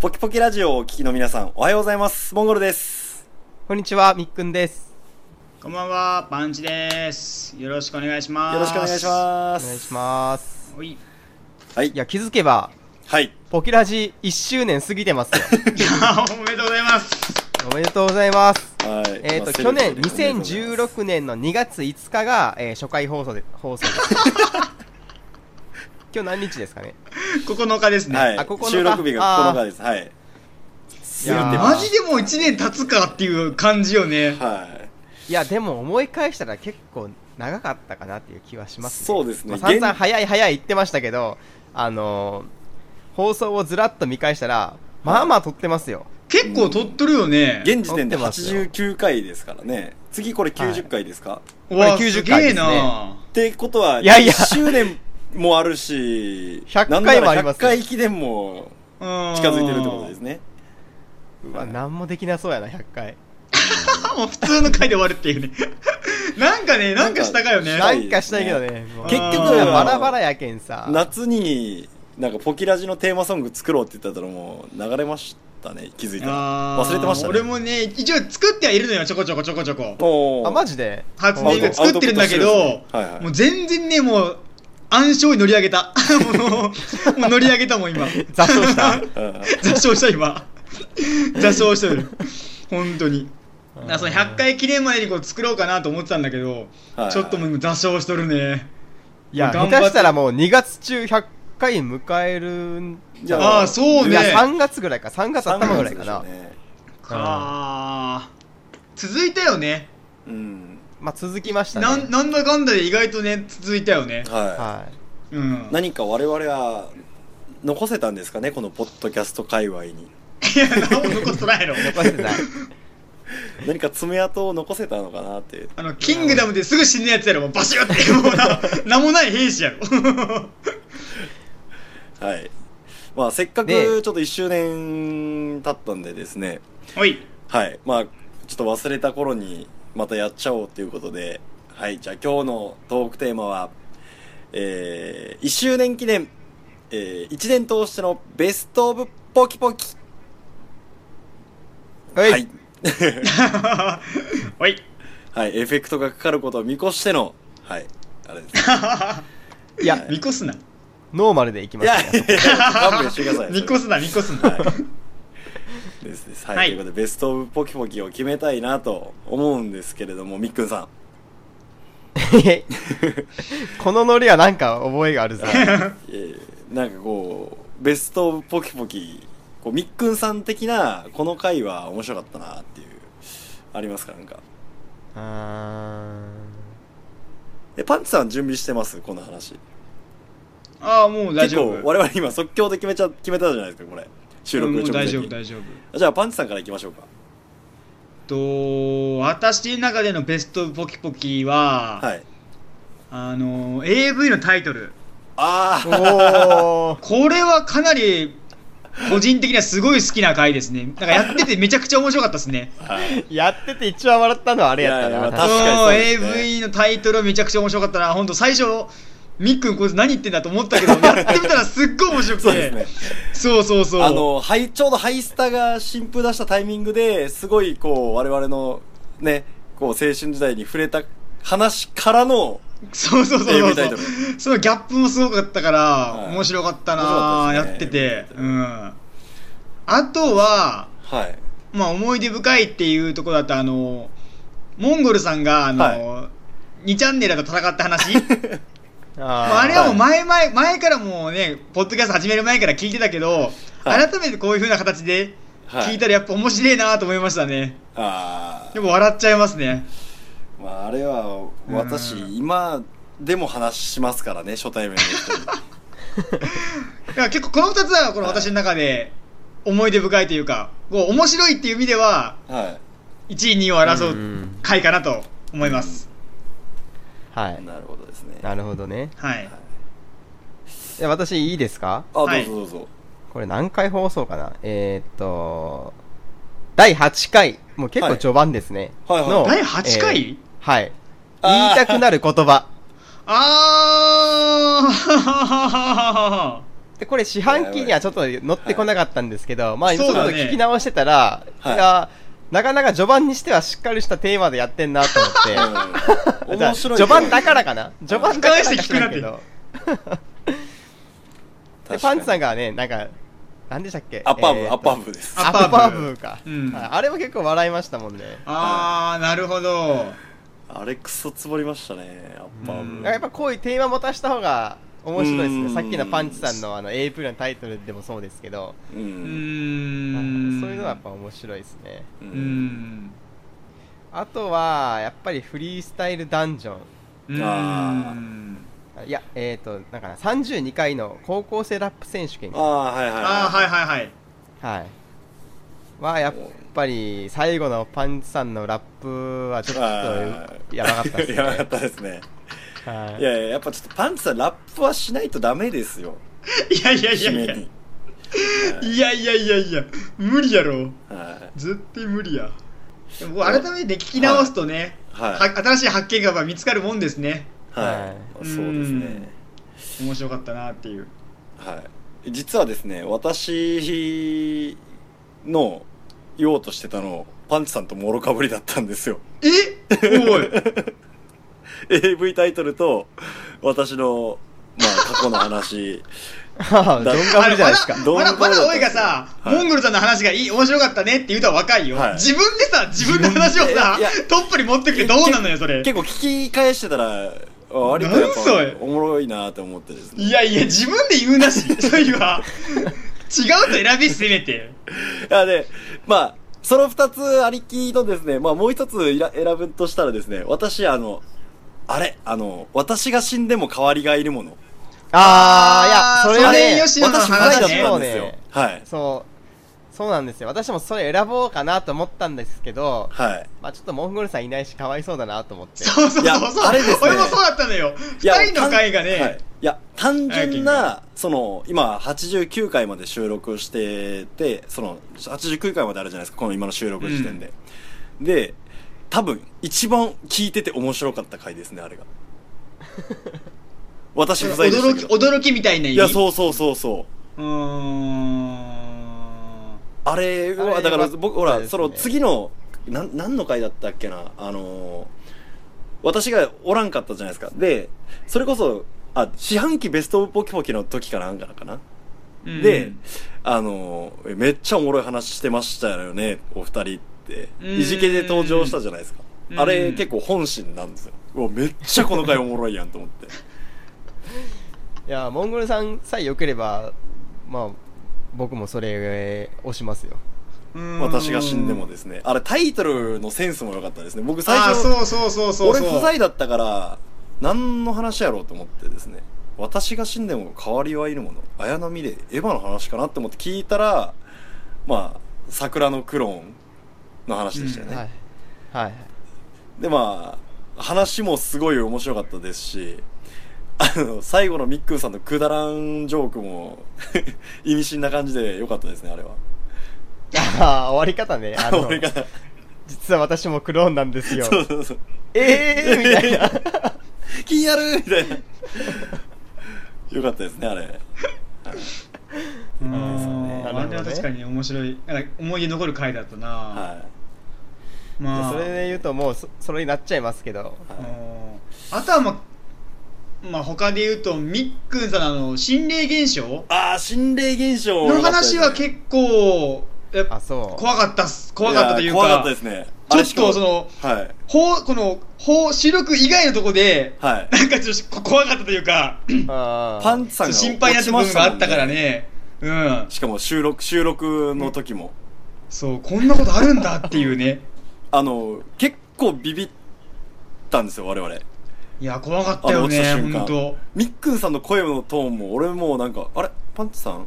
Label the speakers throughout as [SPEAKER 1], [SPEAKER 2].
[SPEAKER 1] ポキポキラジオをお聞きの皆さん、おはようございます。モンゴルです。
[SPEAKER 2] こんにちは、みっくんです。
[SPEAKER 3] こんばんは、パンチです。よろしくお願いします。
[SPEAKER 1] よろしくお願いし
[SPEAKER 2] お
[SPEAKER 1] ます。
[SPEAKER 2] 願いします。
[SPEAKER 3] す。おい。
[SPEAKER 1] はい
[SPEAKER 2] い。や、気づけば、
[SPEAKER 1] はい。
[SPEAKER 2] ポキラジ1周年過ぎて ますよ。
[SPEAKER 3] いやおめでとうございます。
[SPEAKER 2] おめでとうございます。
[SPEAKER 1] はい。
[SPEAKER 2] えっ、
[SPEAKER 1] まあ
[SPEAKER 2] と、去年、。
[SPEAKER 1] セレブということで
[SPEAKER 2] 2016年の2月5日が、えー初回放送で、放送で 今日何日ですかね
[SPEAKER 3] 9日ですね。
[SPEAKER 1] はい。
[SPEAKER 2] あここのか
[SPEAKER 1] 収録日が9日です。はい。
[SPEAKER 2] いや
[SPEAKER 3] マジでもう1年経つかっていう感じよね。
[SPEAKER 1] はい。
[SPEAKER 2] いや、でも思い返したら結構長かったかなっていう気はしますね。
[SPEAKER 1] そうですね
[SPEAKER 2] まあ、散々
[SPEAKER 1] 現
[SPEAKER 2] 早い早い言ってましたけど、あのー放送をずらっと見返したら、まあまあ撮ってますよ。
[SPEAKER 3] 結構撮っとるよね。
[SPEAKER 1] 現時点で
[SPEAKER 2] 撮ってますよ
[SPEAKER 1] 89回ですからね。次これ90回ですか、
[SPEAKER 3] うわ
[SPEAKER 2] これ90
[SPEAKER 3] すげえ
[SPEAKER 2] 回です
[SPEAKER 3] な
[SPEAKER 1] ってことは、
[SPEAKER 2] いやいや
[SPEAKER 1] 1周年もあるし、
[SPEAKER 2] 100
[SPEAKER 1] なんな
[SPEAKER 2] 回も
[SPEAKER 1] ら
[SPEAKER 2] あります
[SPEAKER 1] 100
[SPEAKER 2] よ
[SPEAKER 1] 回記念も近づいてるってことです
[SPEAKER 3] ね。
[SPEAKER 1] ね。
[SPEAKER 2] うわ、なんもできなそうやな、100回。
[SPEAKER 3] もう普通の回で終わるっていうね。 なんかね、なんかしたかよね。
[SPEAKER 1] な
[SPEAKER 2] なん
[SPEAKER 1] か
[SPEAKER 2] んかしたいけどね。もう
[SPEAKER 1] 結
[SPEAKER 3] 局
[SPEAKER 2] みんなバラバラやけんさ。
[SPEAKER 1] 夏に、なんかポキラジのテーマソング作ろうって言ったらもう流れましたね、気づいたら。
[SPEAKER 3] あー
[SPEAKER 1] 忘れてましたね。
[SPEAKER 3] 俺もね、一応作ってはいるのよ、ちょこちょこちょこちょこ。
[SPEAKER 1] おー
[SPEAKER 2] あ、マジで
[SPEAKER 3] 初音ミ
[SPEAKER 1] が
[SPEAKER 3] ク作ってるんだけ
[SPEAKER 1] アウ
[SPEAKER 3] ど
[SPEAKER 1] トプットしてるんですねはいはい、
[SPEAKER 3] もう全然ね、もう、暗礁に乗り上げた。 もう、も う乗り上げたもん、今。
[SPEAKER 2] 雑草した。
[SPEAKER 1] うん
[SPEAKER 3] 座礁した、今。 座礁してる。本当に。だからその100回記念までにこう作ろうかなと思ってたんだけど、
[SPEAKER 1] はい
[SPEAKER 3] ちょっともう今座礁しとるね。
[SPEAKER 2] いや、
[SPEAKER 3] 頑張
[SPEAKER 2] 下
[SPEAKER 3] っ
[SPEAKER 2] 手したらもう2月中100回迎えるんじゃない
[SPEAKER 3] ああー、そう
[SPEAKER 2] いや、
[SPEAKER 3] ね。
[SPEAKER 2] 3月ぐらいか。3月頭ぐらいか
[SPEAKER 1] 三
[SPEAKER 2] な。
[SPEAKER 1] 月でしょうね
[SPEAKER 3] か続いたよね。
[SPEAKER 1] うん。
[SPEAKER 2] まあ、続きましたね。
[SPEAKER 3] なんなんだかんだで意外とね、続いたよね。
[SPEAKER 1] は
[SPEAKER 2] はい。
[SPEAKER 3] うん
[SPEAKER 1] い。。何か我々は残せたんですかね、このポッドキャスト界隈に。
[SPEAKER 3] いや、何も残してな いの。
[SPEAKER 2] 残してない。
[SPEAKER 1] 何か爪痕を残せたのかなって。
[SPEAKER 3] あの、キングダムですぐ死ぬやつやろ、もうバシュって、も うな、なんもない兵士やろ。
[SPEAKER 1] はい。まあ、せっかく
[SPEAKER 2] で
[SPEAKER 1] ちょっと1周年経ったんでですね。
[SPEAKER 3] おい。
[SPEAKER 1] はい。まあ、ちょっと忘れた頃にまたやっちゃおうということで。はい。じゃあ今日のトークテーマは、えー、1周年記念、えー、1年通してのベストオブポキポキ。
[SPEAKER 2] はい。
[SPEAKER 1] はい。
[SPEAKER 3] おい。
[SPEAKER 1] はい。エフェクトがかかることを見越しての、はい。あれ です。
[SPEAKER 2] いや、
[SPEAKER 3] 見越すな。
[SPEAKER 2] ノーマルでいき
[SPEAKER 1] い
[SPEAKER 2] ま
[SPEAKER 1] や、
[SPEAKER 2] す
[SPEAKER 1] いやいや勘弁してください。
[SPEAKER 3] 見越すな、見越すな。
[SPEAKER 1] はい。ですです。はい。
[SPEAKER 3] はい
[SPEAKER 1] ということで、ベストオブポキポキを決めたいなと思うんですけれども、みっくんさん。
[SPEAKER 2] このノリはなんか覚えがあるぞ。
[SPEAKER 1] えーなんかこう、ベストオブポキポキ、こう、みっくんさん的な、この回は面白かったなっていう、ありますかなんか。
[SPEAKER 2] あ
[SPEAKER 1] え、パンチさん準備してますこの話。
[SPEAKER 3] ああ、もう大
[SPEAKER 1] 結
[SPEAKER 3] 丈
[SPEAKER 1] 構、
[SPEAKER 3] 夫。
[SPEAKER 1] 我々今即興で決めちゃ、決めたじゃないですか、これ。収録
[SPEAKER 3] も
[SPEAKER 1] 直
[SPEAKER 3] う
[SPEAKER 1] 前
[SPEAKER 3] 大
[SPEAKER 1] に
[SPEAKER 3] 丈夫、大丈夫。
[SPEAKER 1] じゃあ、パンチさんからいきましょうか。
[SPEAKER 3] と、私の中でのベストポキポキは、
[SPEAKER 1] はい。
[SPEAKER 3] あの、AV のタイトル。
[SPEAKER 1] あ
[SPEAKER 2] ー
[SPEAKER 1] あ、
[SPEAKER 2] おー。
[SPEAKER 3] これはかなり、個人的にはすごい好きな回ですね。なんかやっててめちゃくちゃ面白かったですね。
[SPEAKER 1] はい
[SPEAKER 2] やってて一番笑ったのはあれやった
[SPEAKER 1] いやいや
[SPEAKER 2] な。
[SPEAKER 1] 確かにそうですね
[SPEAKER 3] ん AV のタイトルめちゃくちゃ面白かったな本当最初みっくんこいつ何言ってんだと思ったけどやってみたらすっごい面白 くて
[SPEAKER 1] そうですね。
[SPEAKER 3] そうそう そう
[SPEAKER 1] あの、はい、ちょうどハイスタが新風出したタイミングで、すごい、こう、我々の、ね、こう、青春時代に触れた話からの、
[SPEAKER 3] そうそうそうそ
[SPEAKER 1] AV
[SPEAKER 3] う
[SPEAKER 1] タイト
[SPEAKER 3] そのギャップもすごかったから、
[SPEAKER 1] い
[SPEAKER 3] 面白かったな
[SPEAKER 1] 面白かった
[SPEAKER 3] や
[SPEAKER 1] ですね
[SPEAKER 3] っててうんあとは
[SPEAKER 1] はい。
[SPEAKER 3] まあ思い出深いっていうところだったあのモンゴルさんがあの、
[SPEAKER 1] は
[SPEAKER 3] 2チャンネルだと戦っ た話まあ
[SPEAKER 2] あ
[SPEAKER 3] あ
[SPEAKER 2] ー
[SPEAKER 3] れはもう前前前からもうね、ポッドキャスト始める前から聞いてたけど、
[SPEAKER 1] はい
[SPEAKER 3] 改めてこういう風な形で
[SPEAKER 1] はい
[SPEAKER 3] 聞いたらやっぱ面白いなと思いましたね。
[SPEAKER 1] あ
[SPEAKER 3] でも笑っちゃいますね。
[SPEAKER 1] あ、まあ、あれは、私、
[SPEAKER 3] うん
[SPEAKER 1] 今でも話しますからね、初対面の人 に。
[SPEAKER 3] だから結構この2つはこの私の中で思い出深いというか、こう面白いっていう意味では
[SPEAKER 1] は。
[SPEAKER 3] 1位2位を争
[SPEAKER 2] う
[SPEAKER 3] うん回かなと思います。
[SPEAKER 2] はいい。
[SPEAKER 1] なるほどですね。
[SPEAKER 2] なるほどね。
[SPEAKER 3] はい。
[SPEAKER 2] いや私いいですか
[SPEAKER 1] あ、ど
[SPEAKER 3] は
[SPEAKER 1] う
[SPEAKER 3] い
[SPEAKER 1] ぞどうぞ。
[SPEAKER 2] これ何回放送かなえー、っと、第8回、もう結構序盤ですね。
[SPEAKER 1] はいはいはい
[SPEAKER 2] の
[SPEAKER 3] 第8回、
[SPEAKER 2] えーはい。言
[SPEAKER 1] あー
[SPEAKER 2] いたくなる言葉。
[SPEAKER 3] あー
[SPEAKER 2] で、これ四半期にはちょっと乗ってこなかったんですけど、まあ今ちょ
[SPEAKER 3] そ
[SPEAKER 2] っ
[SPEAKER 3] う
[SPEAKER 2] と
[SPEAKER 3] だね
[SPEAKER 2] 聞き直してたら、
[SPEAKER 1] はい
[SPEAKER 2] いや、なかなか序盤にしてはしっかりしたテーマでやってんなと思って、
[SPEAKER 1] うん面白い
[SPEAKER 2] 序盤だからかな序盤だからか知らんけ
[SPEAKER 3] 俯瞰
[SPEAKER 2] ど。で、
[SPEAKER 1] 確か
[SPEAKER 2] パ
[SPEAKER 1] に
[SPEAKER 2] ンツさんがね、なんか、なんでしたっけ
[SPEAKER 1] アッパーブ、
[SPEAKER 2] えと
[SPEAKER 1] アッパーブです
[SPEAKER 3] あ
[SPEAKER 2] アッ
[SPEAKER 3] アッ
[SPEAKER 2] パ
[SPEAKER 3] パ
[SPEAKER 2] ー
[SPEAKER 3] ー
[SPEAKER 2] ブ
[SPEAKER 3] ブ
[SPEAKER 2] ーか。
[SPEAKER 3] うん
[SPEAKER 2] はいあれも結構笑いましたもんね。
[SPEAKER 3] あー、なるほど。
[SPEAKER 1] あれクソつぼりましたねアッパー
[SPEAKER 3] うん
[SPEAKER 1] ブ
[SPEAKER 2] やっぱこういうテーマ持たした方が面白いです
[SPEAKER 1] う
[SPEAKER 2] ね。
[SPEAKER 1] ん
[SPEAKER 2] さっきのパンチさんのあの A プラのタイトルでもそうですけど、
[SPEAKER 1] う
[SPEAKER 3] うー
[SPEAKER 1] ん
[SPEAKER 3] ん。
[SPEAKER 2] そういうのはやっぱ面白いですね。
[SPEAKER 1] う
[SPEAKER 3] うんん。
[SPEAKER 2] あとは、やっぱりフリースタイルダンジョン。
[SPEAKER 3] うん。
[SPEAKER 1] あ
[SPEAKER 2] いや、えっ、ー、と、なんかな、32回の高校生ラップ選手権
[SPEAKER 1] あ。あはいはい
[SPEAKER 3] あー、はいはいはい。
[SPEAKER 2] はい。は、やっぱり、最後のパンチさんのラップはちょっ
[SPEAKER 1] あ
[SPEAKER 2] と、やばかったですね。
[SPEAKER 1] やばかったですね
[SPEAKER 2] はい
[SPEAKER 1] いやいややっぱちょっとパンツさんラップはしないとダメですよ
[SPEAKER 3] いやいやいや
[SPEAKER 1] 締
[SPEAKER 3] い
[SPEAKER 1] め
[SPEAKER 3] や。
[SPEAKER 1] に
[SPEAKER 3] いやいやいやいや、無理やろ。
[SPEAKER 1] は
[SPEAKER 3] 絶対無理や。でも改めて聞き直すとね、
[SPEAKER 1] はい
[SPEAKER 3] は新しい発見がやっぱ見つかるもんですね。
[SPEAKER 1] い
[SPEAKER 2] は
[SPEAKER 1] はいいそうですね
[SPEAKER 3] 面白かったなっていう。
[SPEAKER 1] はい実はですね私の言おうとしてたのパンチさんともろかぶりだったんですよ
[SPEAKER 3] えおい
[SPEAKER 1] AV タイトルと私のまあ過去の 話
[SPEAKER 2] はあ どんがぶりじゃないですか。
[SPEAKER 1] どん
[SPEAKER 3] まだ、まだおいがさ、
[SPEAKER 1] はい
[SPEAKER 3] モンゴルさんの話がいい、面白かったねって言うとは若いよ。
[SPEAKER 1] はい
[SPEAKER 3] 自分でさ、自分の話をさ
[SPEAKER 1] いやいや、
[SPEAKER 3] トップに持ってきてどうなのよ、それ。
[SPEAKER 1] 結構聞き返してたらあ割とやっ
[SPEAKER 3] なんそれ
[SPEAKER 1] ぱおもろいなと思ってですね
[SPEAKER 3] いやいや、自分で言うな し、そういうは。違うと選び、せめて。
[SPEAKER 1] いやでまあその二つありきのですねまあもう一ついら選ぶとしたらですね私あのあれあの私が死んでも代わりがいるもの
[SPEAKER 2] あー、いや、それは
[SPEAKER 3] それ
[SPEAKER 2] ね
[SPEAKER 3] よ、し吉野の
[SPEAKER 1] 私
[SPEAKER 3] 話ね
[SPEAKER 1] 二人だったんですよ、
[SPEAKER 2] そうね
[SPEAKER 1] はい
[SPEAKER 2] そう、そうなんですよ。私もそれ選ぼうかなと思ったんですけど、
[SPEAKER 1] はい
[SPEAKER 2] まあちょっとモンゴルさんいないし、かわいそうだなと思って。
[SPEAKER 3] そうそう
[SPEAKER 1] いや
[SPEAKER 3] そうそう。
[SPEAKER 1] あれですね
[SPEAKER 3] 俺もそうだったのよ。
[SPEAKER 1] いや
[SPEAKER 3] 二人の会が
[SPEAKER 1] 単はい
[SPEAKER 3] ね、
[SPEAKER 1] いや単
[SPEAKER 3] 早
[SPEAKER 1] 純
[SPEAKER 3] く
[SPEAKER 1] なその今89回まで収録しててその89回まであるじゃないですかこの今の収録時点で、で多分一番聞いてて面白かった回ですねあれ が私不在でした
[SPEAKER 3] 驚
[SPEAKER 1] け
[SPEAKER 3] き、
[SPEAKER 1] ど
[SPEAKER 3] 驚きみたいな意味。
[SPEAKER 1] いや
[SPEAKER 3] う。
[SPEAKER 1] そうそうそうそう
[SPEAKER 3] うーん。
[SPEAKER 1] あれ
[SPEAKER 2] あ
[SPEAKER 1] は
[SPEAKER 2] れ
[SPEAKER 1] だから
[SPEAKER 2] 良かった
[SPEAKER 1] 僕ほら、
[SPEAKER 2] ですね
[SPEAKER 1] その次のなん何の回だったっけなあのー私がおらんかったじゃないですかでそれこそあ四半期ベストオブポキポキの時かなんかかな、
[SPEAKER 3] うん
[SPEAKER 1] であのーめっちゃおもろい話してましたよねお二人って
[SPEAKER 3] うん
[SPEAKER 1] いじけで登場したじゃないですか
[SPEAKER 3] うん
[SPEAKER 1] あれ結構本心なんですようわめっちゃこの回おもろいやんと思って
[SPEAKER 2] いや、モンゴルさんさえ良ければ、まあ、僕もそれを押しますよ。
[SPEAKER 3] うーん
[SPEAKER 1] 私が死んでもですねあれタイトルのセンスも良かったですね僕最
[SPEAKER 3] ああ、
[SPEAKER 1] 初
[SPEAKER 3] そうそうそうそうそう。
[SPEAKER 1] 俺不在だったから何の話やろうと思ってですね私が死んでも代わりはいるもの綾波でエヴァの話かなって思って聞いたらまあ桜のクローンの話でしたよね、
[SPEAKER 2] はい。はい。
[SPEAKER 1] でまあ話もすごい面白かったですしあの最後のみっくんさんのくだらんジョークも 意味深な感じで良かったですねあれは
[SPEAKER 2] ああ、終わり方ね。あの、
[SPEAKER 1] 俺が
[SPEAKER 2] 実は私もクローンなんですよ。
[SPEAKER 1] そうそうそう
[SPEAKER 2] え えー、みたいな。
[SPEAKER 1] 気になるみたいなよかったですねあれ
[SPEAKER 3] うーん。
[SPEAKER 2] なるほどね
[SPEAKER 3] あれは確かに面白い。なんか思い出残る回だったな。
[SPEAKER 1] はい
[SPEAKER 3] まあ、
[SPEAKER 2] それで言うともうそ、それになっちゃいますけど。
[SPEAKER 3] うんあとはまあ、まあ、他で言うと、みっくんさんのあの心霊現象
[SPEAKER 1] ああ、心霊現象
[SPEAKER 3] の話は結構、やっ
[SPEAKER 2] あ、
[SPEAKER 3] ぱ
[SPEAKER 2] そう。
[SPEAKER 3] 怖かったっす。怖かったというか、
[SPEAKER 1] や怖かったですね。
[SPEAKER 3] ちょっとその、
[SPEAKER 1] あれしかも、はい。
[SPEAKER 3] ほうこの、ほう収録以外のとこで、
[SPEAKER 1] はい。
[SPEAKER 3] なんかちょっとこ怖かったというか、
[SPEAKER 2] あー
[SPEAKER 1] パンツさん
[SPEAKER 3] そう
[SPEAKER 1] が
[SPEAKER 3] 心配になった部分があったから。ね。うん。
[SPEAKER 1] しかも収録、収録の時も。
[SPEAKER 3] そう、こんなことあるんだっていうね。
[SPEAKER 1] あの、結構ビビったんですよ、我々。
[SPEAKER 3] いや、怖かっ
[SPEAKER 1] あ
[SPEAKER 3] た
[SPEAKER 1] の、
[SPEAKER 3] よ
[SPEAKER 1] 落ちた
[SPEAKER 3] ね、
[SPEAKER 1] 瞬
[SPEAKER 3] 本
[SPEAKER 1] 間
[SPEAKER 3] 当。
[SPEAKER 1] みっくんさんの声のトーンも、俺もうなんか、あれパンツさん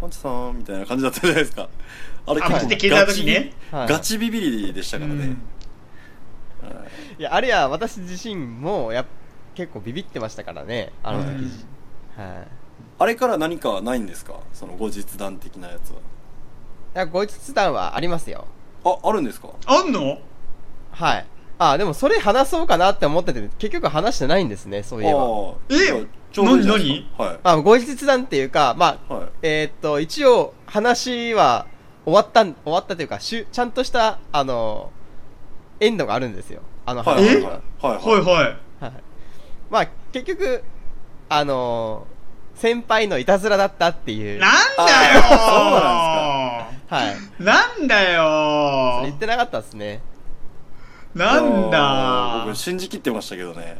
[SPEAKER 1] パンツさんみたいな感じだったじゃないですか。あれ結
[SPEAKER 3] あ
[SPEAKER 1] 構
[SPEAKER 3] パンツって聞いた時ね
[SPEAKER 1] ガチガチビビりでしたからね。はい
[SPEAKER 2] いや、あれや、私自身も、やっ、結構ビビってましたからね、あの
[SPEAKER 3] う
[SPEAKER 2] 時。は
[SPEAKER 3] ん
[SPEAKER 2] い。
[SPEAKER 1] あれから何かはないんですかその後日談的なやつ
[SPEAKER 2] いや、こいつ談はありますよ。
[SPEAKER 1] は。あ、あるんですか
[SPEAKER 3] あんの
[SPEAKER 2] はい。あ、でもそれ話そうかなって思ってて、結局話してないんですね、そういえば。
[SPEAKER 1] あー
[SPEAKER 3] え
[SPEAKER 1] じゃあちょうどいいじゃないですか
[SPEAKER 2] まあ、後日談っていうか、まあ、
[SPEAKER 1] はい。はい。
[SPEAKER 2] えーっと、一応、話は終わったん、終わったというか、しゅちゃんとした、あの、エンドがあるんですよ。あの
[SPEAKER 1] はい。
[SPEAKER 2] 話
[SPEAKER 1] はい
[SPEAKER 2] は。。
[SPEAKER 3] はいはい。
[SPEAKER 2] はい。まあ、結局、あの、先輩のいたずらだったっていう。
[SPEAKER 3] なん
[SPEAKER 1] あ
[SPEAKER 3] だよ
[SPEAKER 2] はい。
[SPEAKER 3] ーなんだ
[SPEAKER 2] それ
[SPEAKER 3] よ
[SPEAKER 2] 言ってなかったですね。
[SPEAKER 3] ーなん
[SPEAKER 1] あー
[SPEAKER 3] だ
[SPEAKER 1] 僕信じきってましたけどね。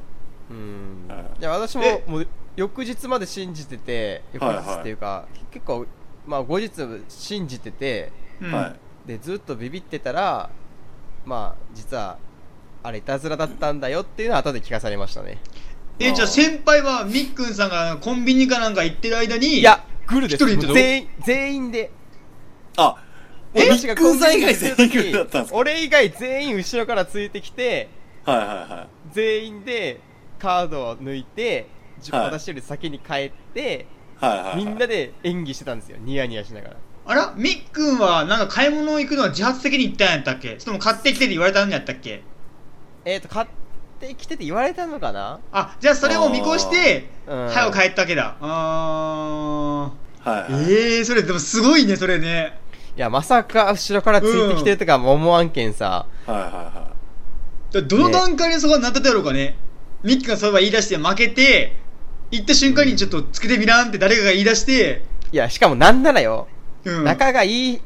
[SPEAKER 2] うん
[SPEAKER 1] はい。
[SPEAKER 2] いや、私も
[SPEAKER 3] え、
[SPEAKER 2] もう、翌日まで信じてて、翌
[SPEAKER 1] はいはい
[SPEAKER 2] 日っていうか、結構、まあ、後日信じてて、
[SPEAKER 3] うん
[SPEAKER 1] はい。
[SPEAKER 2] でずっとビビってたらまあ実はあれいたずらだったんだよっていうのは後で聞かされましたね
[SPEAKER 3] え、じゃあ先輩はみっくんさんがコンビニかなんか行ってる間に、
[SPEAKER 2] いやグルです
[SPEAKER 3] 一人で
[SPEAKER 2] 全員全員で
[SPEAKER 1] あ、え
[SPEAKER 2] え
[SPEAKER 1] みっくんさん以外全員グルだったんですか
[SPEAKER 2] 俺以外全員後ろからついてきて
[SPEAKER 1] はいはいは
[SPEAKER 2] 全員でカードを抜いて自
[SPEAKER 1] はい
[SPEAKER 2] 私より先に帰って、
[SPEAKER 1] い。はいはい、はい。
[SPEAKER 2] みんなで演技してたんですよニヤニヤしながら
[SPEAKER 3] あらみっくんはなんか買い物行くのは自発的に行ったんやったっけちょっともう買ってきてって言われたんやったっけ
[SPEAKER 2] えっ、と買ってきてって言われたのかな
[SPEAKER 3] あ、じゃあそれを見越して、
[SPEAKER 2] あーうん
[SPEAKER 3] 早く帰ったわけだ。あ
[SPEAKER 1] はい、はい。
[SPEAKER 3] ー。えー、それでもすごいね、それね。
[SPEAKER 2] いやまさか後ろからついてきてるとかも思わんけんさ、
[SPEAKER 1] はいはいは
[SPEAKER 3] だどの段階でそこになってたやろうかね。みっくんがそういえば言い出して負けて、行った瞬間にちょっとつけてみらんって誰かが言い出して、
[SPEAKER 2] いやしかもなんならよ
[SPEAKER 3] うん。
[SPEAKER 2] 仲がいい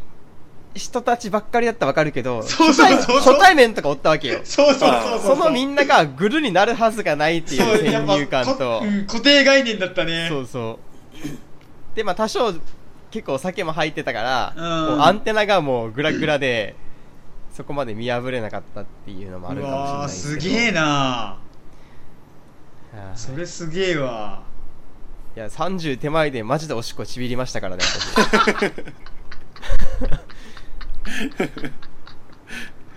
[SPEAKER 2] 人たちばっかりだったらわかるけど、
[SPEAKER 3] そうそうそうそう
[SPEAKER 2] 初対初対面とかおったわけよ。
[SPEAKER 3] そうそうそうそう。
[SPEAKER 2] そのみんながグルになるはずがないっていう
[SPEAKER 3] そうや
[SPEAKER 2] 先
[SPEAKER 3] っぱ
[SPEAKER 2] 入観と
[SPEAKER 3] こ、うん固定概念だったね。
[SPEAKER 2] そうそう。で、まあ多少結構お酒も入ってたから、
[SPEAKER 3] うん
[SPEAKER 2] もうアンテナがもうグラグラで、そこまで見破れなかったっていうのもあるかもしれ
[SPEAKER 3] う
[SPEAKER 2] な
[SPEAKER 3] わ
[SPEAKER 2] い
[SPEAKER 3] ー
[SPEAKER 2] です
[SPEAKER 3] す
[SPEAKER 2] けど。
[SPEAKER 3] げえな
[SPEAKER 2] はい
[SPEAKER 3] それすげえわ
[SPEAKER 2] いや、30手前でマジでおしっこちびりましたからね、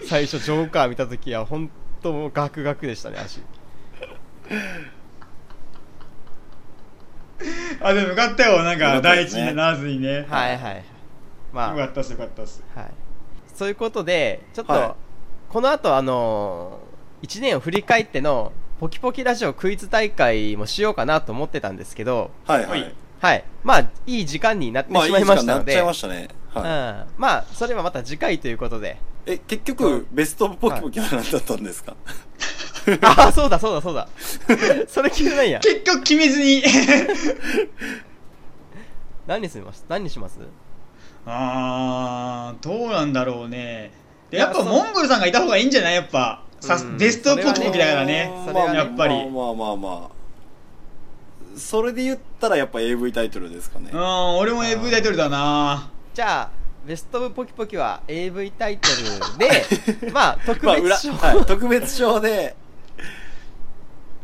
[SPEAKER 2] 私最初、ジョーカー見たときは、本当もうガクガクでしたね、足。
[SPEAKER 3] あでもよかったよなん
[SPEAKER 1] よか
[SPEAKER 3] か
[SPEAKER 1] った
[SPEAKER 3] 第
[SPEAKER 1] で
[SPEAKER 3] 一
[SPEAKER 1] すね
[SPEAKER 3] にならずにね
[SPEAKER 2] はいはい。まあ、
[SPEAKER 3] よかったっすよかったっす
[SPEAKER 2] はい。そういうことで、ちょっと、
[SPEAKER 1] はい
[SPEAKER 2] この後、あのー、1年を振り返っての、ポキポキラジオクイズ大会もしようかなと思ってたんですけど、
[SPEAKER 1] い。はいは
[SPEAKER 3] はい
[SPEAKER 1] い。
[SPEAKER 2] はい。まあ、いい時間になってし
[SPEAKER 1] まあ、いい
[SPEAKER 2] まい
[SPEAKER 1] 時
[SPEAKER 2] ま
[SPEAKER 1] 間
[SPEAKER 2] し
[SPEAKER 1] に
[SPEAKER 2] た
[SPEAKER 1] な
[SPEAKER 2] の
[SPEAKER 1] っ
[SPEAKER 2] で、
[SPEAKER 1] ちゃいましたね。はい。
[SPEAKER 2] うん。まあ、それはまた次回ということで、
[SPEAKER 1] え、結局、ベストポキポキは何だったんですか、
[SPEAKER 2] ああ、そうだそうだそうだ。 それ聞いてないや。
[SPEAKER 3] 結局決めずに
[SPEAKER 2] 何にします何にします
[SPEAKER 3] あーどうなんだろうねで
[SPEAKER 2] いや
[SPEAKER 3] やっぱ
[SPEAKER 2] そう
[SPEAKER 3] モンゴルさんがいた方がいいんじゃないやっぱさ
[SPEAKER 2] うん
[SPEAKER 3] ベストポキポキだから
[SPEAKER 2] それは
[SPEAKER 3] ね
[SPEAKER 2] ねそれはね
[SPEAKER 3] やっぱり
[SPEAKER 1] まあまあまあまあ。それで言ったらやっぱ AV タイトルですかね。
[SPEAKER 3] うん
[SPEAKER 1] は
[SPEAKER 3] 俺も AV タイトルだな
[SPEAKER 2] じゃあ、ベストオブポキポキは AV タイトルで、まあ、特
[SPEAKER 1] まあ、裏、
[SPEAKER 2] 別賞、
[SPEAKER 1] はい、特別賞で、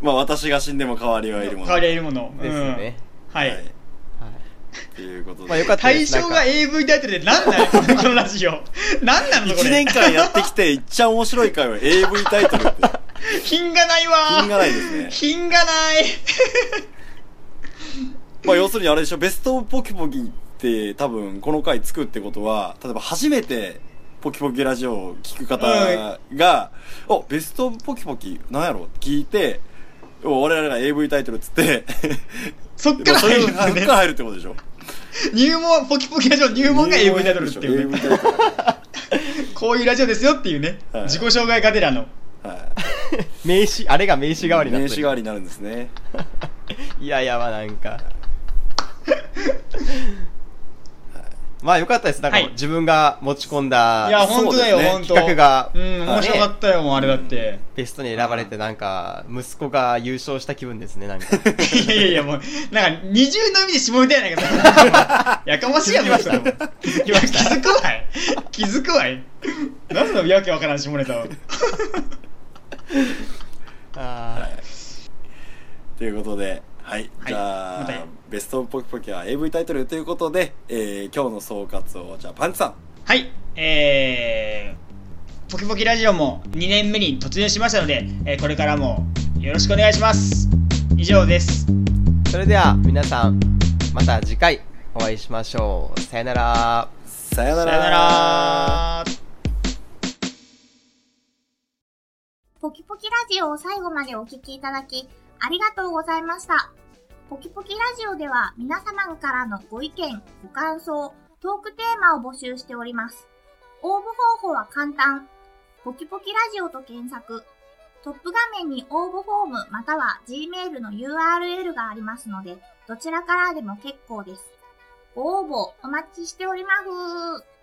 [SPEAKER 1] まあ私が死んでも変わりはいるも
[SPEAKER 3] 変
[SPEAKER 1] の。
[SPEAKER 3] わりはいるもの
[SPEAKER 2] ですよね。
[SPEAKER 3] うんは
[SPEAKER 1] はい
[SPEAKER 3] い
[SPEAKER 2] はい。
[SPEAKER 1] っていうことで。
[SPEAKER 2] まあよかった
[SPEAKER 3] 対象が AV タイトルで何 なのこのラジオ何なのこ
[SPEAKER 1] 1
[SPEAKER 3] れ
[SPEAKER 1] 年間やってきて、いっちゃん面白い回は AV タイトルって。
[SPEAKER 3] 品がないわー
[SPEAKER 1] 品がないですね
[SPEAKER 3] 品がない
[SPEAKER 1] まあ要するにあれでしょ、ベストオブポキポキって多分この回つくってことは、例えば初めてポキポキラジオを聞く方が、お、ベストオブポキポキなんやろって聞いて、お我々が AV タイトルっつ って、
[SPEAKER 3] そっ
[SPEAKER 1] ま
[SPEAKER 3] か
[SPEAKER 1] あ
[SPEAKER 3] ら
[SPEAKER 1] それ
[SPEAKER 3] 入
[SPEAKER 1] をそ
[SPEAKER 3] るん
[SPEAKER 1] っ
[SPEAKER 3] だ
[SPEAKER 1] か
[SPEAKER 3] ね
[SPEAKER 1] ら入るってことでしょ。
[SPEAKER 3] 入門ポキポキラジオ入門が AV タイトルっていう、ね、
[SPEAKER 1] AV タイトル
[SPEAKER 3] こういうラジオですよっていうね、
[SPEAKER 1] はい
[SPEAKER 3] 自己紹介がてらの
[SPEAKER 1] は
[SPEAKER 2] 名刺、あれが名刺代わり
[SPEAKER 1] い。
[SPEAKER 2] になっ
[SPEAKER 1] 名刺
[SPEAKER 2] てる
[SPEAKER 1] 代わりになるんですね。
[SPEAKER 2] いやいや、まあなんか。 まあよかったです。なんか、
[SPEAKER 3] はい
[SPEAKER 2] 自分が持ち込んだ、
[SPEAKER 3] いや本当だよ、
[SPEAKER 1] そうですね
[SPEAKER 3] 本当
[SPEAKER 2] 企画が
[SPEAKER 3] うん面白かったよ、もうあれだって、
[SPEAKER 2] ベストに選ばれて、なんか、息子が優勝した気分ですね、 なんか。
[SPEAKER 3] いやいやいやもうなんか二重の意味で絞りたいな かやかましいやもうそれもいや気づくわい気づくわいなぜのわけわからん下ネタを
[SPEAKER 2] あー
[SPEAKER 1] ということで、はい。
[SPEAKER 3] はい
[SPEAKER 1] じゃあ、
[SPEAKER 3] また
[SPEAKER 1] ベストオブポキポキは AV タイトルということで、えー、今日の総括を、じゃあパンチさん。
[SPEAKER 3] はい、えー、ポキポキラジオも2年目に突入しましたので、えーこれからもよろしくお願いします。以上です。
[SPEAKER 2] それでは、皆さん、また次回お会いしましょう。さよなら。
[SPEAKER 1] さよな
[SPEAKER 3] さ
[SPEAKER 1] ら。
[SPEAKER 3] よなら。
[SPEAKER 4] ポキポキラジオを最後までお聞きいただき、ありがとうございました。ポキポキラジオでは皆様からのご意見、ご感想、トークテーマを募集しております。応募方法は簡単。ポキポキラジオと検索。トップ画面に応募フォームまたは Gmail の URL がありますので、どちらからでも結構です。ご応募お待ちしております。